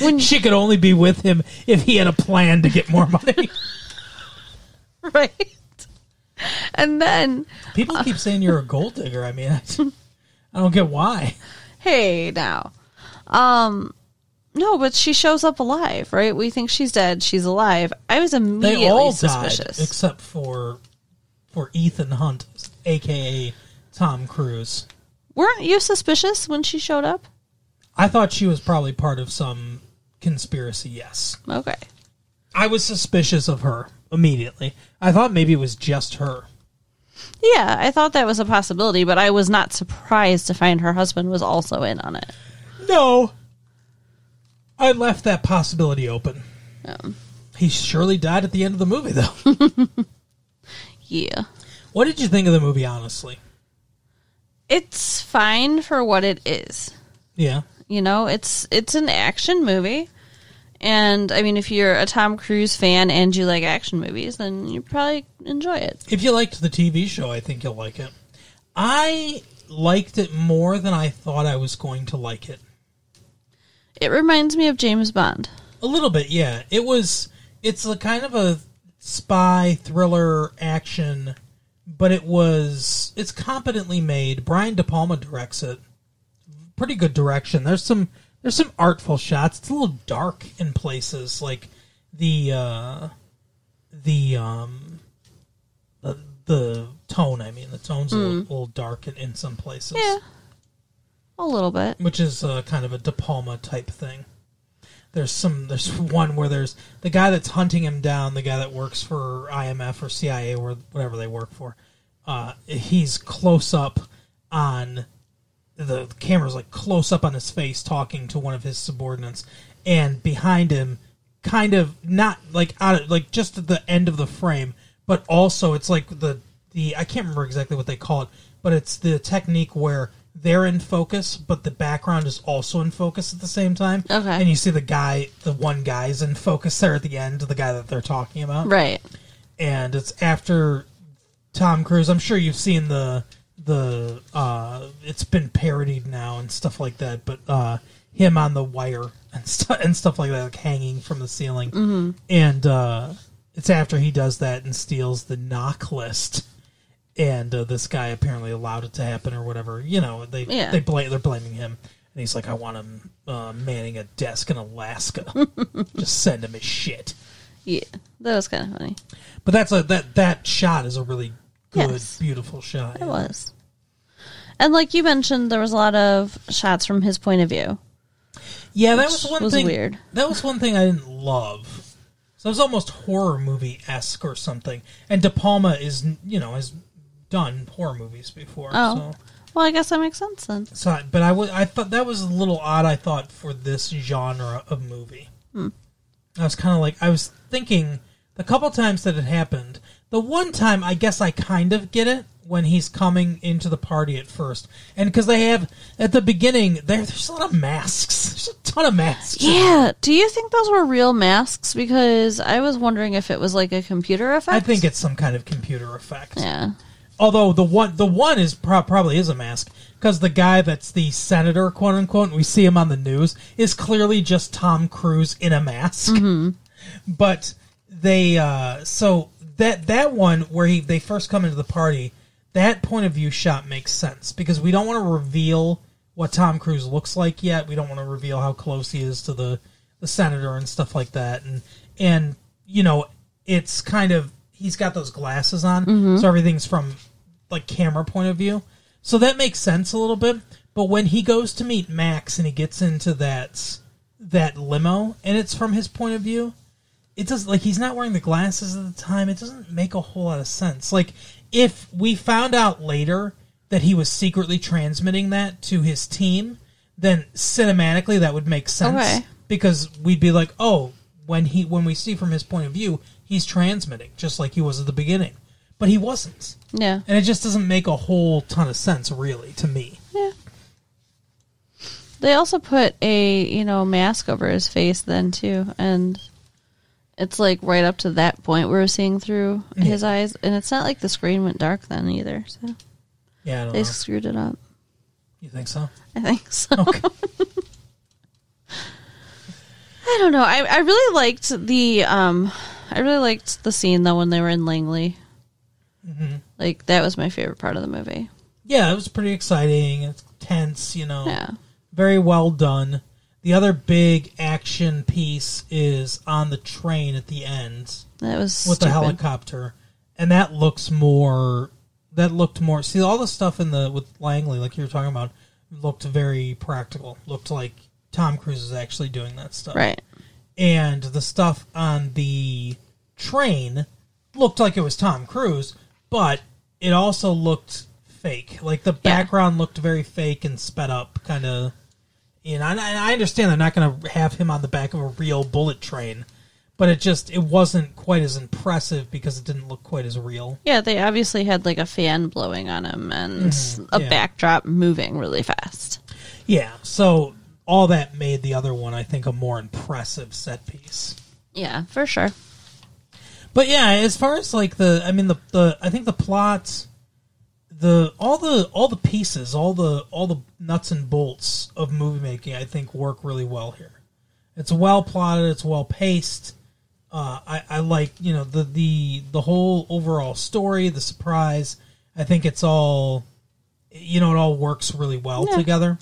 Speaker 2: when
Speaker 1: She could only be with him if he had a plan to get more money.
Speaker 2: right? And then,
Speaker 1: People keep saying you're a gold digger. I mean, I, I don't get why.
Speaker 2: hey, now, um, no, but she shows up alive, right? We think she's dead; she's alive. I was
Speaker 1: They
Speaker 2: immediately
Speaker 1: all
Speaker 2: suspicious.
Speaker 1: died except for for Ethan Hunt, aka Tom Cruise.
Speaker 2: Weren't you suspicious when she showed up?
Speaker 1: I thought she was probably part of some conspiracy. Yes,
Speaker 2: Okay,
Speaker 1: I was suspicious of her immediately. I thought maybe it was just her.
Speaker 2: yeah, I thought that was a possibility, but I was not surprised to find her husband was also in on it.
Speaker 1: No, I left that possibility open.
Speaker 2: Um,
Speaker 1: He surely died at the end of the movie, though.
Speaker 2: yeah,
Speaker 1: what did you think of the movie, honestly?
Speaker 2: it's fine for what it is.
Speaker 1: Yeah,
Speaker 2: You know, it's it's an action movie. And I mean if you're a Tom Cruise fan and you like action movies, then you probably enjoy it.
Speaker 1: If you liked the TV show, I think you'll like it. I liked it more than I thought I was going to like it.
Speaker 2: It reminds me of James Bond.
Speaker 1: A little bit, yeah. It was it's a kind of a spy thriller action, but it was it's competently made. Brian De Palma directs it. Pretty good direction. There's some there's some artful shots. It's a little dark in places, like the uh the um the, the tone, I mean, the tone's a, little, little dark in, in some places
Speaker 2: Yeah. A little bit.
Speaker 1: which is uh, kind of a De Palma type thing. There's some. There's one where there's the guy that's hunting him down. The guy that works for IMF or CIA or whatever they work for. Uh, he's close up on the camera's like close up on his face talking to one of his subordinates, and behind him, kind of not like out of like just at the end of the frame, but also it's like the the I can't remember exactly what they call it, but it's the technique where they're in focus, but the background is also in focus at the same time.
Speaker 2: Okay.
Speaker 1: and you see the guy, the one guy's in focus there at the end, the guy that they're talking about
Speaker 2: Right.
Speaker 1: and it's after Tom Cruise. I'm sure you've seen the the uh, it's been parodied now and stuff like that, but uh, him on the wire and stuff and stuff like that, like hanging from the ceiling, and uh, it's after he does that and steals the knock list. And uh, this guy apparently allowed it to happen, or whatever. You know, they
Speaker 2: Yeah.
Speaker 1: they blame they're blaming him, and he's like, "I want him uh, manning a desk in Alaska. Just send him his shit."
Speaker 2: Yeah. That was kind of funny.
Speaker 1: But that's a that that shot is a really good,
Speaker 2: Yes.
Speaker 1: beautiful shot.
Speaker 2: It was. And like you mentioned, there was a lot of shots from his point of view.
Speaker 1: Yeah, that
Speaker 2: which
Speaker 1: was one
Speaker 2: was
Speaker 1: thing.
Speaker 2: weird.
Speaker 1: That was one thing I didn't love. So it was almost horror movie esque or something. And De Palma is, you know, has done horror movies before.
Speaker 2: Oh.
Speaker 1: So,
Speaker 2: Well, I guess that makes sense then.
Speaker 1: so I, but I wa- I thought that was a little odd. I thought for this genre of movie,
Speaker 2: Hmm.
Speaker 1: I was kind of like I was thinking the couple times that it happened. The one time I guess I kind of get it when he's coming into the party at first, and because they have at the beginning there, there's a lot of masks. There's a ton of masks.
Speaker 2: Yeah. Do you think those were real masks? Because I was wondering if it was like a computer effect.
Speaker 1: I think it's some kind of computer effect.
Speaker 2: Yeah.
Speaker 1: Although the one the one is pro- probably is a mask because the guy that's the senator, quote unquote, and we see him on the news is clearly just Tom Cruise in a mask. But they uh, so that that one where he they first come into the party, that point of view shot makes sense because we don't want to reveal what Tom Cruise looks like yet. We don't want to reveal how close he is to the the senator and stuff like that. And and you know it's kind of he's got those glasses on, so everything's from like camera point of view. So that makes sense a little bit. But when he goes to meet Max and he gets into that that limo and it's from his point of view, it doesn't like he's not wearing the glasses at the time. It doesn't make a whole lot of sense. Like if we found out later that he was secretly transmitting that to his team, then cinematically that would make sense
Speaker 2: Okay.
Speaker 1: because we'd be like, oh, when he when we see from his point of view, he's transmitting just like he was at the beginning, but he wasn't,
Speaker 2: Yeah.
Speaker 1: and it just doesn't make a whole ton of sense really to me.
Speaker 2: Yeah. They also put a, you know, mask over his face then too, and it's like right up to that point where we're seeing through his eyes, and it's not like the screen went dark then either. So
Speaker 1: Yeah, I don't
Speaker 2: they
Speaker 1: know.
Speaker 2: screwed it up.
Speaker 1: You think so?
Speaker 2: I think so.
Speaker 1: Okay.
Speaker 2: I don't know. I, I really liked the um, I really liked the scene though when they were in Langley.
Speaker 1: Mm-hmm.
Speaker 2: Like that was my favorite part of the movie.
Speaker 1: yeah, it was pretty exciting. It's tense, you know.
Speaker 2: Yeah.
Speaker 1: very well done. The other big action piece is on the train at the end
Speaker 2: That was
Speaker 1: with the
Speaker 2: stupid.
Speaker 1: helicopter, and that looks more. That looked more. See, all the stuff in the with Langley, like you were talking about, looked very practical. Looked like Tom Cruise is actually doing that stuff,
Speaker 2: Right.
Speaker 1: and the stuff on the train looked like it was Tom Cruise, but it also looked fake. Like the
Speaker 2: Yeah.
Speaker 1: background looked very fake and sped up, kind of. You know, and I, I understand they're not going to have him on the back of a real bullet train, but it just it wasn't quite as impressive because it didn't look quite as real.
Speaker 2: Yeah, they obviously had like a fan blowing on him and a
Speaker 1: Mm-hmm. yeah.
Speaker 2: backdrop moving really fast.
Speaker 1: Yeah, so all that made the other one, I think, a more impressive set piece.
Speaker 2: Yeah, for sure.
Speaker 1: But yeah, as far as like the, I mean the the I think the plot, the all the all the pieces, all the all the nuts and bolts of movie making, I think work really well here. It's well plotted. It's well paced. Uh, I I like you know the the the whole overall story, the surprise. I think it's all, you know, it all works really well
Speaker 2: Yeah.
Speaker 1: together.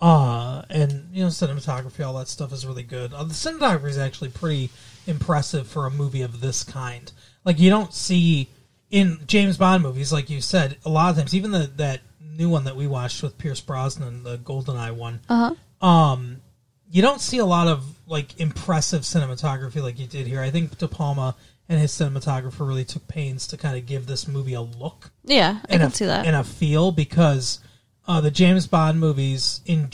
Speaker 1: Uh, and you know, cinematography, all that stuff is really good. Uh, the cinematography is actually pretty impressive for a movie of this kind. Like you don't see in James Bond movies, like you said, a lot of times. Even the that new one that we watched with Pierce Brosnan, the GoldenEye one.
Speaker 2: Uh-huh.
Speaker 1: Um, you don't see a lot of like impressive cinematography like you did here. I think De Palma and his cinematographer really took pains to kind of give this movie a look
Speaker 2: Yeah, I
Speaker 1: and
Speaker 2: can
Speaker 1: a,
Speaker 2: see that.
Speaker 1: and a feel because uh, the James Bond movies in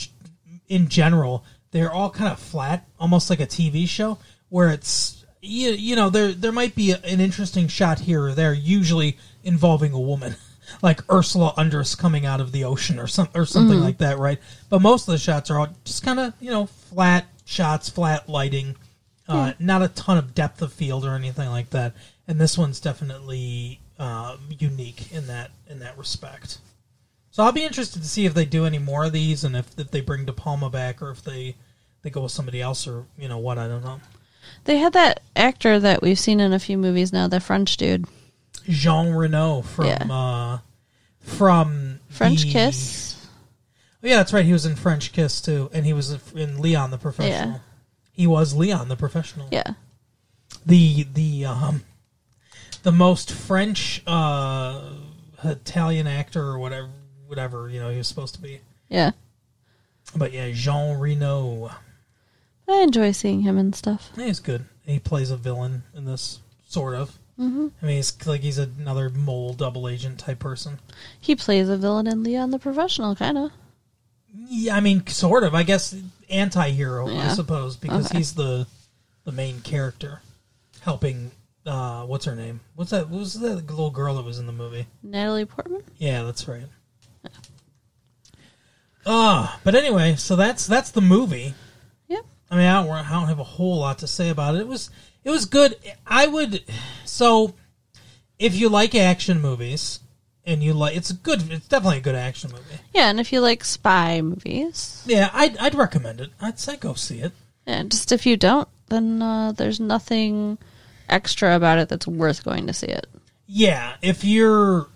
Speaker 1: in general they're all kind of flat, almost like a TV show where it's you, you know there there might be an interesting shot here or there, usually involving a woman. Like Ursula Andress coming out of the ocean, or some, or something
Speaker 2: Mm-hmm.
Speaker 1: like that, right? But most of the shots are all just kind of you know flat shots, flat lighting, uh, not a ton of depth of field or anything like that. And this one's definitely uh, unique in that in that respect. So I'll be interested to see if they do any more of these, and if, if they bring De Palma back, or if they they go with somebody else, or you know what I don't know.
Speaker 2: They had that actor that we've seen in a few movies now, the French dude.
Speaker 1: Jean Renault from
Speaker 2: Yeah.
Speaker 1: uh, from
Speaker 2: French
Speaker 1: the-
Speaker 2: Kiss.
Speaker 1: Oh, yeah, that's right. He was in French Kiss too, and he was in Leon the Professional.
Speaker 2: Yeah.
Speaker 1: He was Leon the Professional.
Speaker 2: Yeah.
Speaker 1: the the um the most French uh Italian actor or whatever whatever you know he was supposed to be.
Speaker 2: Yeah.
Speaker 1: But yeah, Jean Reno.
Speaker 2: I enjoy seeing him and stuff.
Speaker 1: Yeah, he's good. He plays a villain in this, sort of.
Speaker 2: Mm-hmm.
Speaker 1: I mean, he's like he's another mole double agent type person.
Speaker 2: He plays a villain in Leon the Professional, kind of.
Speaker 1: Yeah, I mean, sort of. I guess anti-hero, I
Speaker 2: Yeah.
Speaker 1: suppose, because
Speaker 2: Okay.
Speaker 1: he's the the main character, helping. Uh, what's her name? What's that? What was that little girl that was in the movie?
Speaker 2: Natalie Portman?
Speaker 1: Yeah, that's right. Ah, but anyway, so that's that's the movie.
Speaker 2: Yep.
Speaker 1: I mean, I don't, I don't have a whole lot to say about it. It was it was good. I would so if you like action movies and you like it's a good it's definitely a good action movie.
Speaker 2: Yeah, and if you like spy movies,
Speaker 1: Yeah, I'd I'd recommend it. I'd say go see it.
Speaker 2: yeah, just if you don't, then uh, there's nothing extra about it that's worth going to see it.
Speaker 1: Yeah, if you're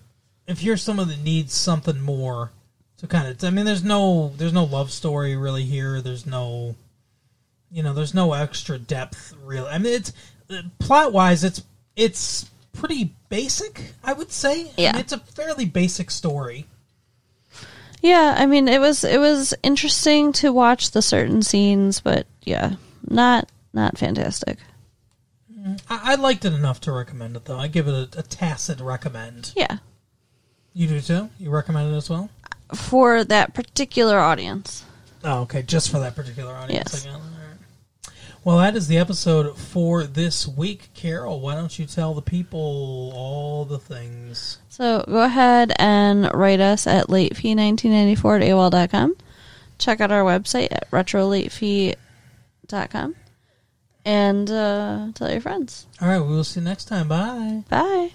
Speaker 1: if you're someone that needs something more to kind of I mean there's no there's no love story really here. There's no you know, there's no extra depth really. I mean it's plot-wise it's it's pretty basic, I would say. I mean,
Speaker 2: Yeah.
Speaker 1: it's a fairly basic story.
Speaker 2: Yeah, I mean, it was it was interesting to watch the certain scenes, but yeah, not not fantastic.
Speaker 1: I, I liked it enough to recommend it though. I give it a, a tacit recommend.
Speaker 2: Yeah,
Speaker 1: You do too? You recommend it as well?
Speaker 2: for that particular audience.
Speaker 1: Oh, okay, just for that particular audience.
Speaker 2: Yes.
Speaker 1: I got it. All right. Well, that is the episode for this week, Carol. Why don't you tell the people all the things?
Speaker 2: So go ahead and write us at latefee1994 at AOL.com. Check out our website at retrolatefee.com and uh, tell your friends.
Speaker 1: All right, we will see you next time. Bye.
Speaker 2: Bye.